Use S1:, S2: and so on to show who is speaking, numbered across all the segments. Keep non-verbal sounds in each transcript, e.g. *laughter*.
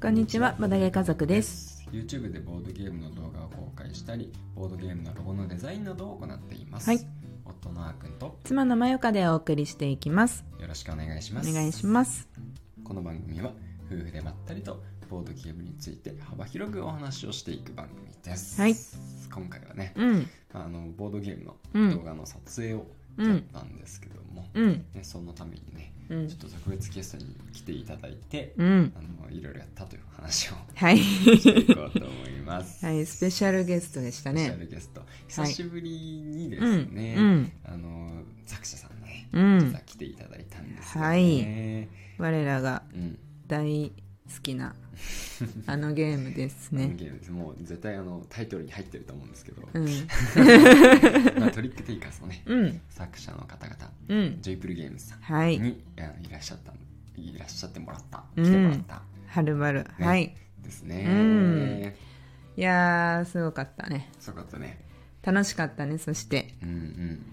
S1: こんにちは、ボドゲ家族です。
S2: YouTube でボードゲームの動画を公開したりボードゲームのロゴのデザインなどを行っています、
S1: はい
S2: 夫のあーくんと
S1: 妻のまよかでお送りしていきます。
S2: よろしくお願いし
S1: お
S2: ます
S1: 願いします。
S2: この番組は夫婦でまったりとボードゲームについて幅広くお話をしていく番組です、
S1: はい
S2: 今回はね
S1: うん、
S2: あのボードゲーム
S1: うん
S2: の動画の撮影をやったんですけども、
S1: うん、
S2: ね、そのためにね
S1: う
S2: ちょ
S1: ん
S2: っ、と特別ゲストに来ていただいて、
S1: うん。
S2: あのいろいろやったという話
S1: *laughs*
S2: を
S1: はい。
S2: していこうと思います。
S1: はい、スペシャルゲストでした
S2: スペシャ
S1: ね。
S2: ルゲスト久しぶりにで
S1: う
S2: す
S1: ん、
S2: ね、
S1: うん、
S2: あの作者さんがね、
S1: うん
S2: 実は。来ていただいたんですよ
S1: は
S2: ね。
S1: 我らが
S2: うん
S1: 大好き
S2: *laughs*
S1: なあのゲームですね。
S2: ゲームですもう絶対あのタイトルに入ってると思うんです
S1: *laughs*
S2: けど、
S1: うん、
S2: まあ、トリックテイカーズのね
S1: うん、
S2: 作者の方々
S1: うん。
S2: ジョイプルゲームズさん
S1: はい、
S2: に、あのいらっしゃったいらっしゃってもらった
S1: う
S2: 来
S1: ん
S2: てもらった
S1: はるばる。はい。
S2: ですね、
S1: うんいやー、すごかったね。
S2: すごかったね
S1: 楽しかったね、そして。
S2: うんうん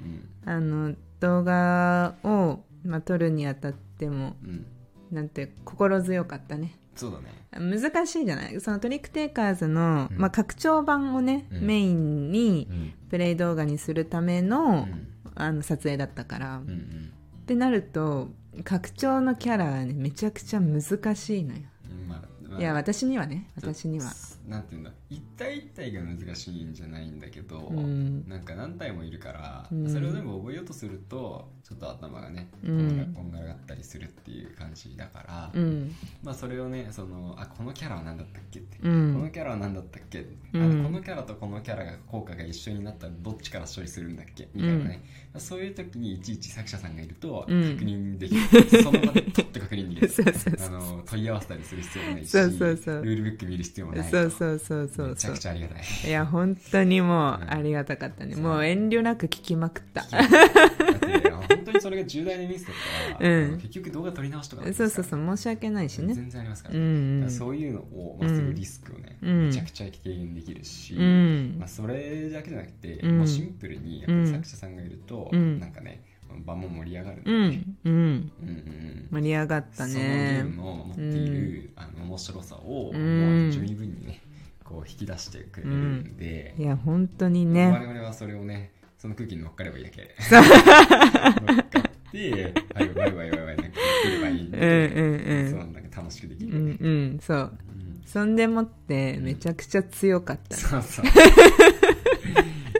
S1: あの動画を、まあ、撮るにあたっても
S2: うんうん
S1: なんて心強かったね
S2: そうだね
S1: 難しいじゃないそのトリックテイカーズの、
S2: うん
S1: まあ、拡張版をね、
S2: うん
S1: メインに
S2: うん
S1: プレイ動画にするため
S2: う
S1: の,、
S2: ん
S1: あの撮影だったから、
S2: うんう
S1: っ
S2: ん
S1: てなると拡張のキャラはねめちゃくちゃ難しいのよ、
S2: うんまあまあ
S1: いや私にはね
S2: ちょ
S1: 私には
S2: なんていうんだ一体一体が難しいんじゃないんだけど、
S1: うん
S2: なんか何体もいるから、
S1: うん
S2: それを全部覚えようとするとちょっと頭がねこ
S1: うん
S2: んがらこんがらがったりするっていう感じだから、
S1: うん
S2: まあ、それをねそのあこのキャラは何だったっけって、
S1: う
S2: この
S1: ん
S2: キャラは何だったっけ、
S1: うん
S2: あこのキャラとこのキャラが効果が一緒になったらどっちから処理するんだっけみたいなね、そういう時にいちいち作者さんがいると確
S1: うん
S2: 認できる、その場で取って確認でき
S1: *laughs*
S2: る
S1: そうそうそう
S2: あの問い合わせたりする必要もないし
S1: そうそうそう
S2: ルールブック見る必要もない
S1: そうそうそうそう
S2: めちゃ
S1: そう
S2: くちゃありがたい
S1: いや本当にもう
S2: うん
S1: ありがたかったね、
S2: そう
S1: もう遠慮なく聞きまくった
S2: だって本当にそれが重大なミスだったら、
S1: うん
S2: あの結局動画撮り直しとかなんで
S1: そ
S2: すか
S1: う
S2: ら
S1: そうそう申し訳ないしね
S2: 全然ありますか
S1: う
S2: ら,、
S1: んうん
S2: そういうのを、まあ、するリスクをね、
S1: うん
S2: めちゃくちゃ軽減できるし、
S1: うん
S2: まあ、それだけじゃなくて、
S1: うん
S2: もうシンプルにやっぱり作者さんがいると、
S1: うん
S2: なんかね場も盛り上がるの
S1: う
S2: で、
S1: んうん
S2: うんうん
S1: 盛り上がった
S2: そのゲー
S1: ね
S2: ムの持っている、あの面白さを、
S1: うん
S2: もう十二分にねこう引き出してくれるんで、
S1: いや本当に
S2: 我
S1: ね
S2: 々はそれをねその空気に乗っかればいいだけ乗っかってはいワイワイワイワイなんかやってればいいん
S1: うん
S2: で、
S1: うん
S2: そう
S1: う
S2: なんか楽しくでき
S1: ん
S2: る
S1: う
S2: よ
S1: ん
S2: ね、
S1: うんそう
S2: うん
S1: そんでもってめちゃくちゃ強かったね
S2: そ
S1: *laughs*
S2: うそう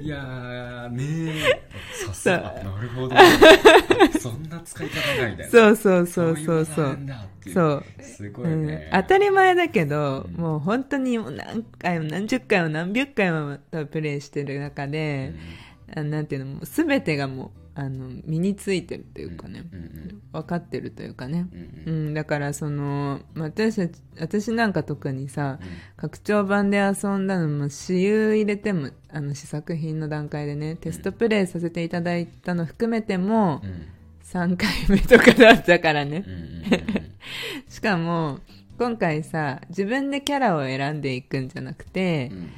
S2: いやーねえさすがなるほど *laughs* そんな使い方ないみたいな
S1: そうそうそうそうそ
S2: そういう技
S1: う
S2: な
S1: ん
S2: だっていう
S1: そう
S2: すご
S1: う
S2: いね、
S1: ん、当たり前だけど、
S2: うん
S1: もう本当に何回も何十回も何百回もプレイしてる中
S2: うん
S1: で、あなんていうのもう全てがもうあの身についてるというかね、
S2: うんうん
S1: 分かってるというかね、
S2: うんうん
S1: う
S2: うん
S1: ん、だからそのまあ私たち私なんか特にさ
S2: うん
S1: 拡張版で遊んだのも私有入れてもあの試作品の段階でねテストプレイさせていただいたの含めても
S2: うん
S1: 3回目とかだったからね
S2: うんうん
S1: しかも今回さ自分でキャラを選んでいくんじゃなくて
S2: う、ん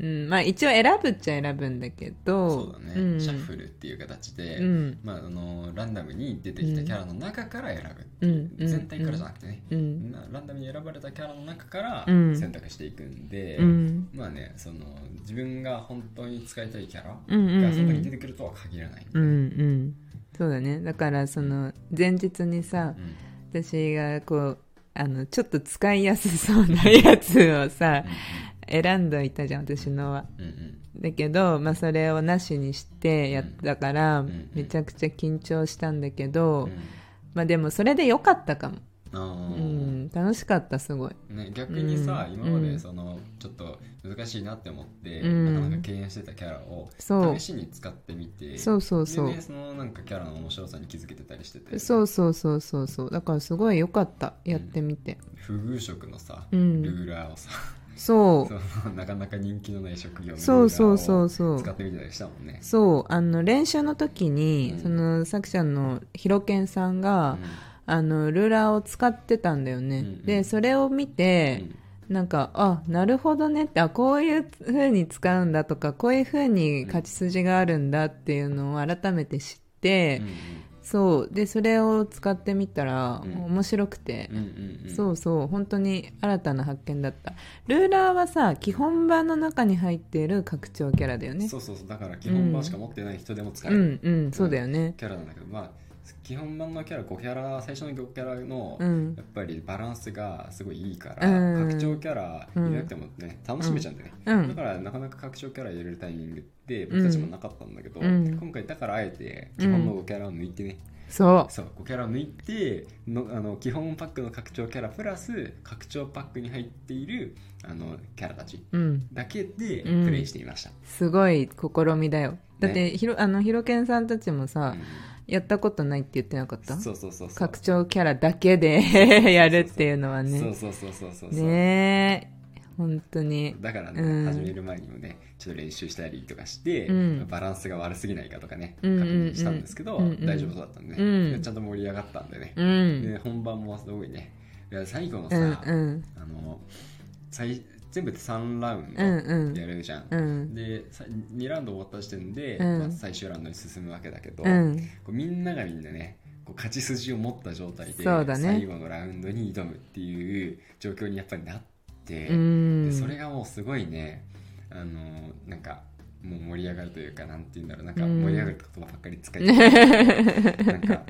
S1: うん、まあ一応選ぶっちゃ選ぶんだけど
S2: そうだね、
S1: ん、
S2: シャッフルっていう形で、
S1: うん
S2: まあ、あのランダムに出てきたキャラの中から選ぶ、
S1: うんうん
S2: 全体からじゃなくてね、
S1: うん
S2: まあ、ランダムに選ばれたキャラの中から
S1: うん
S2: 選択していくんで、
S1: うん
S2: まあねその自分が本当に使いたいキャラ
S1: うんうんう
S2: がその時に出
S1: ん
S2: てくるとは限らない、
S1: うんうんそうだねだからその前日にさ
S2: うん
S1: 私がこうあのちょっと使いやすそうなやつをさ選んどいたじゃん私のは
S2: うんうん
S1: だけど、まあ、それをなしにしてやったから、
S2: んうん
S1: めちゃくちゃ緊張したんだけど、
S2: うん
S1: まあでもそれで良かったかも、
S2: あ
S1: う
S2: ー
S1: ん、楽しかったすごい
S2: ね、逆にさ、
S1: うん
S2: 今ま
S1: うん
S2: でそのちょっと難しいなって思って、
S1: うん
S2: なかなか敬遠してたキャラを
S1: そう
S2: 試しに使ってみて
S1: そうそう
S2: で
S1: そう
S2: ね、そのなんかキャラの面白さに気づけてたりしてて
S1: そうそうそうそうそうだからすごい良かったやってみて
S2: 不遇職のさ、
S1: うん
S2: ルーラーをさ、
S1: そう
S2: *laughs* そのなかなか人気のない職業のルーラー
S1: そ
S2: を
S1: うそうそうそう
S2: 使ってみてたりしたもんね。
S1: そうあの練習の時に、
S2: うん
S1: その作者のひろけんさん
S2: う
S1: が、
S2: ん
S1: あのルーラーを使ってたんだよね、
S2: うんうん
S1: でそれを見て、なんかあなるほどねってあこういうふうに使うんだとかこういうふうに勝ち筋があるんだっていうのを改めて知って、
S2: うん
S1: そうでそれを使ってみたら
S2: うん
S1: 面白くて
S2: うん、うんうん
S1: そうそう本当に新たな発見だったルーラーはさ基本版の中に入っている拡張キャラだよね
S2: そうそうそうだから基本版しか持ってない人でも使え
S1: う
S2: る
S1: んうんそうだよね
S2: キャラなんだけど、まあ基本版のキャラ5キャラ最初の5キャラの、
S1: うん
S2: やっぱりバランスがすごいいいから、
S1: うん
S2: 拡張キャラ入れなくてもね、楽しめちゃうんだよね、
S1: うん
S2: だからなかなか拡張キャラ入れるタイミングって僕たちもなかったんだけど、
S1: うん
S2: 今回だからあえて基本の5キャラを抜いてね、
S1: そ
S2: そう5キャラを抜いてのあの基本パックの拡張キャラプラス拡張パックに入っているあのキャラたち
S1: ううん
S2: だけで
S1: うん
S2: プレイしてみました、
S1: すごい試みだよだってひろあのひろけんさんたちもさ、
S2: う
S1: やったことないって言ってなかった
S2: んそうそうそうそう
S1: 拡張キャラだけで *laughs* やるっていうのは
S2: そう
S1: ね
S2: そうそうそうそうそう
S1: ねえ本当に
S2: だからね、
S1: うん
S2: 始める前にもねちょっと練習したりとかして、
S1: うん
S2: バランスが悪すぎないかとかね
S1: う
S2: 確
S1: んうんうん
S2: 認したんですけど、
S1: うんうん
S2: 大丈夫そうだったんでね、
S1: うん
S2: ちゃんと盛り上がったんでね
S1: う、ん
S2: で本番もすごいねいや最後の
S1: う
S2: さ、
S1: んうん
S2: あの最全部で3ラウン
S1: うんうん
S2: ドやるじゃん、
S1: うん
S2: で2ラウンド終わった時点で、
S1: うん
S2: まあ、最終ラウンドに進むわけだけど、
S1: うん
S2: こうみんながみんなねこう勝ち筋を持った状態で
S1: そうだね
S2: 最後のラウンドに挑むっていう状況にやっぱりなって、でそれがもうすごいねあのなんかもう盛り上がるというかなんて言うんだろうなんか
S1: うん
S2: 盛り上がるって言葉ばっかり使いた
S1: *laughs*
S2: いなんか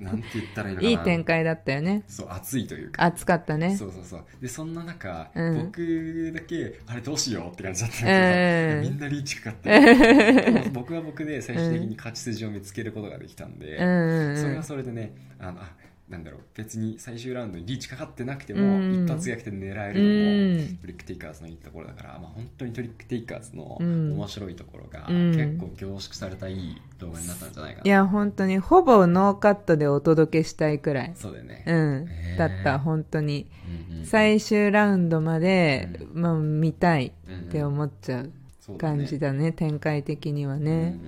S2: なんて言ったらいいのかない
S1: い展開だったよね
S2: そう熱いというか
S1: 暑かったね
S2: そうそうそうでそんな中、
S1: うん
S2: 僕だけあれどうしようって感じだったん
S1: う
S2: だ
S1: ん
S2: けど、みんなリーチかかってで
S1: *laughs*
S2: も僕は僕で最終的に勝ち筋を見つけることができたんで、
S1: うんうん
S2: それ
S1: うん
S2: はそれでねあのあなんだろう別に最終ラウンドにリーチかかってなくても、
S1: うん
S2: 一発逆転狙え
S1: う
S2: るのも、
S1: ん
S2: トリックテイカーズのいいところだから、まあ、本当にトリックテイカーズの
S1: うん
S2: 面白いところが、
S1: うん
S2: 結構凝縮されたいい動画になったんじゃないか
S1: い
S2: な、
S1: や本当にほぼノーカットでお届けしたいくらい
S2: そうだよね、
S1: うん
S2: へー
S1: だった本当に
S2: うんうん
S1: 最終ラウンドまでまあ見たいって思っちゃう
S2: そうだね
S1: 感じだね展開的には
S2: うんう
S1: ね
S2: ん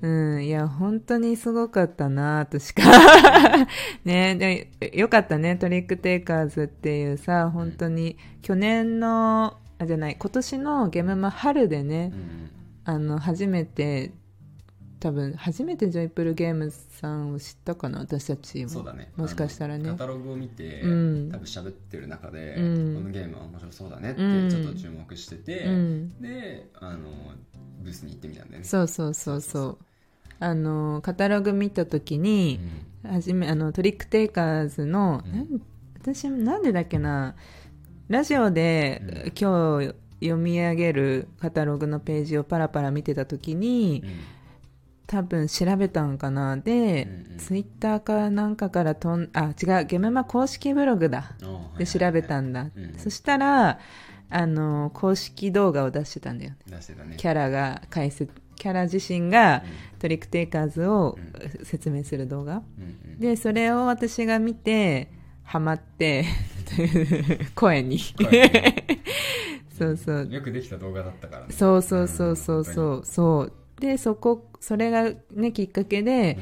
S1: うんいや本当にすごかったなと
S2: *laughs*
S1: しかねでよかったねトリックテイカーズっていうさ本当に去年のあじゃない今年のゲームマ春でね
S2: うんうん
S1: あの初めて多分初めてジョイプルゲームさんを知ったかな私たちも
S2: そうだね
S1: もしかしたらね
S2: あのカタログを見て、
S1: うん
S2: 多分喋ってる中で、
S1: うん
S2: このゲームは面白そうだねっ
S1: う
S2: て
S1: ん
S2: ちょっと注目してて、
S1: うん、
S2: であのブースに行ってみたんだよね
S1: そうそうそうそ
S2: そう
S1: あのカタログ見た時に、はじめあのトリックテイカーズの、
S2: うん
S1: なん私なんでだっけなラジオで、
S2: うん
S1: 今日読み上げるカタログのページをパラパラ見てた時に
S2: うんうん
S1: 多分調べたんかなで、
S2: うんうん
S1: ツイッターかなんかからとんあ違うゲメマ公式ブログだ
S2: あーはいはいは
S1: で
S2: い
S1: 調べたんだ、
S2: うん
S1: そしたらあの公式動画を出してたんだよ
S2: 出してたね
S1: キャラが解説キャラ自身が
S2: う
S1: トリックテイカーズを説明する動画
S2: んうんうん
S1: でそれを私が見てハマって *laughs* 声
S2: *laughs*
S1: に
S2: 声ね
S1: そうそう
S2: よくできた動画だったからね
S1: そうそうそうそうそうそうでそこそれがねきっかけで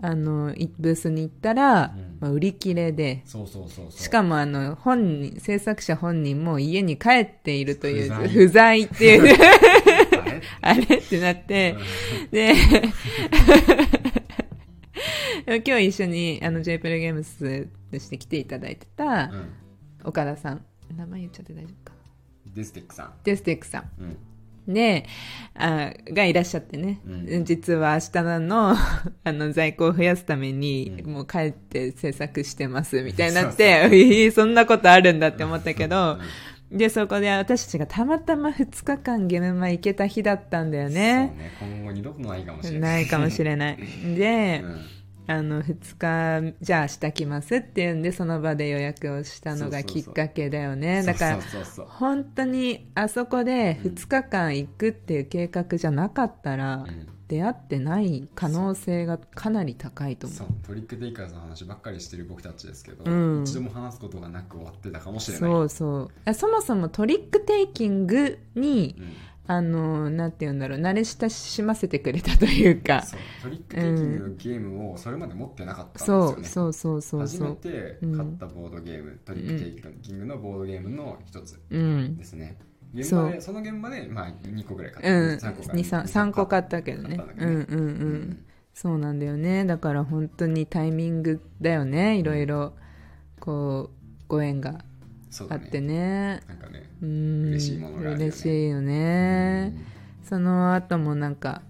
S2: うん
S1: あのいブースに行ったら
S2: うん、
S1: まあ、売り切れで
S2: そうそうそうそう
S1: しかもあの本人制作者本人も家に帰っているという
S2: 不在
S1: 不在っていうね
S2: あれ
S1: *laughs* あれってなって、で、 *laughs* 今日一緒にあの J プレゲームスとして来ていただいてた
S2: うんうん
S1: 岡田さん、名前言っちゃって大丈夫か
S2: デスティックさん
S1: デステックさ
S2: うん
S1: んであがいらっしゃってね、
S2: うん
S1: 実は明日の *laughs* あの在庫を増やすために、
S2: うん
S1: もう帰って制作してますみ *laughs* たいになってそんなことあるんだって思ったけど、でそこで私たちがたまたま2日間ゲームマ行けた日だったんだよ
S2: うん
S1: ね。
S2: そうね今後二度とないかもしれな
S1: ないいかもしれ
S2: *laughs*
S1: ない。で、
S2: うん
S1: あの2日じゃあ明日来ますっていうんでその場で予約をしたのがきっかけだよね
S2: そう
S1: だから
S2: そうそうそう
S1: 本当にあそこで2日間行くっていう計画じゃなかったら
S2: うん
S1: 出会ってない可能性がかなり高いと思
S2: そううトリックテイカーズの話ばっかりしてる僕たちですけど、
S1: うん
S2: 一度も話すことがなく終わってたかもしれない
S1: そうそうあそもそもトリックテイキングに
S2: うん
S1: あのなんて言うんだろう慣れ親しませてくれたというか
S2: そうトリックテイキングのゲームをそれまで持ってなかったんですよ
S1: そ
S2: ね、
S1: うそうそうそうそう
S2: 初めて買ったボードゲーム、トリックテイキングのボードゲームの一つ
S1: うん
S2: ですね、現
S1: そ
S2: 場
S1: う
S2: でその現場で、まあ、2個ぐらい買っ
S1: うん
S2: た、三
S1: にさん3個買ったけどね
S2: 買ったん
S1: う
S2: だけど
S1: ん
S2: ね
S1: うんうんそうなんだよねだから本当にタイミングだよねいろいろこうご縁が
S2: そう
S1: あ
S2: だ
S1: っ
S2: ね
S1: てね
S2: なんかね
S1: うん
S2: 嬉しいものがあるよね
S1: 嬉しいよねその後もなんか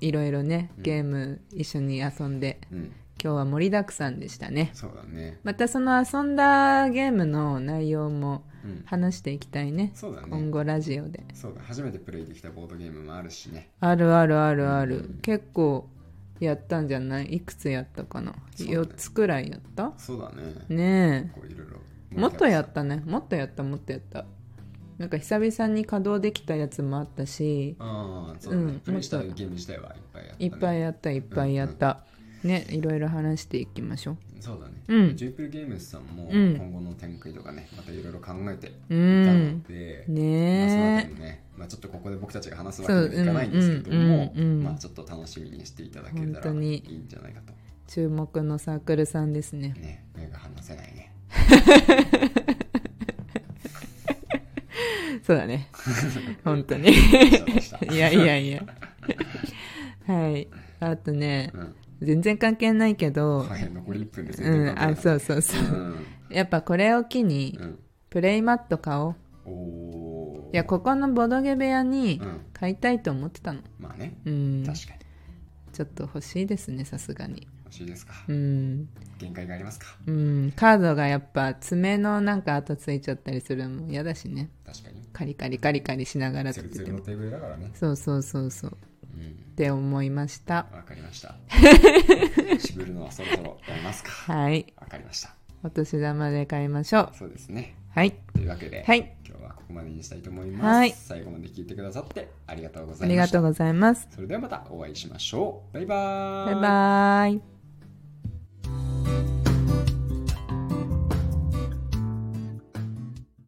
S1: いろいろね
S2: うん
S1: ゲーム一緒に遊んで、
S2: うん、うん
S1: 今日は盛りだくさんでしたね
S2: そうだね
S1: またその遊んだゲームの内容も
S2: うん
S1: 話していきたいね
S2: そうだ
S1: 今
S2: ね
S1: 後ラジオで
S2: そうだ初めてプレイできたボードゲームもあるしね
S1: あるあるあるある、
S2: うん
S1: 結構やったんじゃないいくつやったかな、
S2: そうだね
S1: 4つくらいやった
S2: そうだね
S1: ね
S2: こういろい
S1: え
S2: ろ
S1: もっとやったねもっとやったもっとやったなんか久々に稼働できたやつもあったし
S2: ああそうだね、
S1: うん
S2: プレイした
S1: も
S2: ゲ
S1: っと
S2: ーム自体はいっぱいやった、ね、
S1: いっぱいやったいっぱいやった、ねいろいろ話していきましょう
S2: そうだね、
S1: うん
S2: ジュープルゲームズさんも
S1: うん
S2: 今後の展開とかねまたいろいろ考えていた
S1: うん
S2: ので、まあ、そのあ
S1: ね
S2: た
S1: え
S2: りね、まあ、ちょっとここで僕たちが話すわ
S1: そう
S2: けにはいかないんですけども、
S1: うんうんうん
S2: まあ、ちょっと楽しみにしていただけた
S1: 本当
S2: らい
S1: に
S2: いんじゃないかと
S1: 注目のサークルさんですね
S2: ね目が離せないね
S1: そうだ *laughs* ね本当に
S2: そうし
S1: *laughs*
S2: た
S1: いやいやいやはいあとね
S2: うん
S1: 全然関係ないけど、
S2: はい残り1分ですね
S1: うんあ
S2: う、
S1: そうそうそううんやっぱこれを機に
S2: うん、
S1: プレイマット買おう
S2: おおー
S1: いやここのボドゲ部屋に
S2: うん
S1: 買いたいと思ってたの
S2: まあね
S1: うん
S2: 確かに
S1: ちょっと欲しいですねさすがに
S2: 欲しいですか、
S1: うん
S2: 限界がありますか
S1: うんカードがやっぱ爪のなんか跡ついちゃったりするのも嫌だしね
S2: 確かに
S1: カリカリカリカリしながら
S2: ツ
S1: 立
S2: ル
S1: てて
S2: ツルの
S1: も
S2: テーブルだからね
S1: そうそうそうそうっ
S2: うん
S1: て思いました
S2: わかりました渋るのはそろそろやりますか
S1: はい
S2: わかりました
S1: お年玉で買いましょう
S2: そうですね
S1: はい
S2: というわけで、
S1: はい
S2: 今日はここまでにしたいと思います、
S1: はい
S2: 最後まで聞いてくださってありがとうござ
S1: あ
S2: い
S1: り
S2: ま
S1: が
S2: し
S1: と
S2: た
S1: うございます
S2: それではまたお会いしましょうバイバー
S1: バイバイ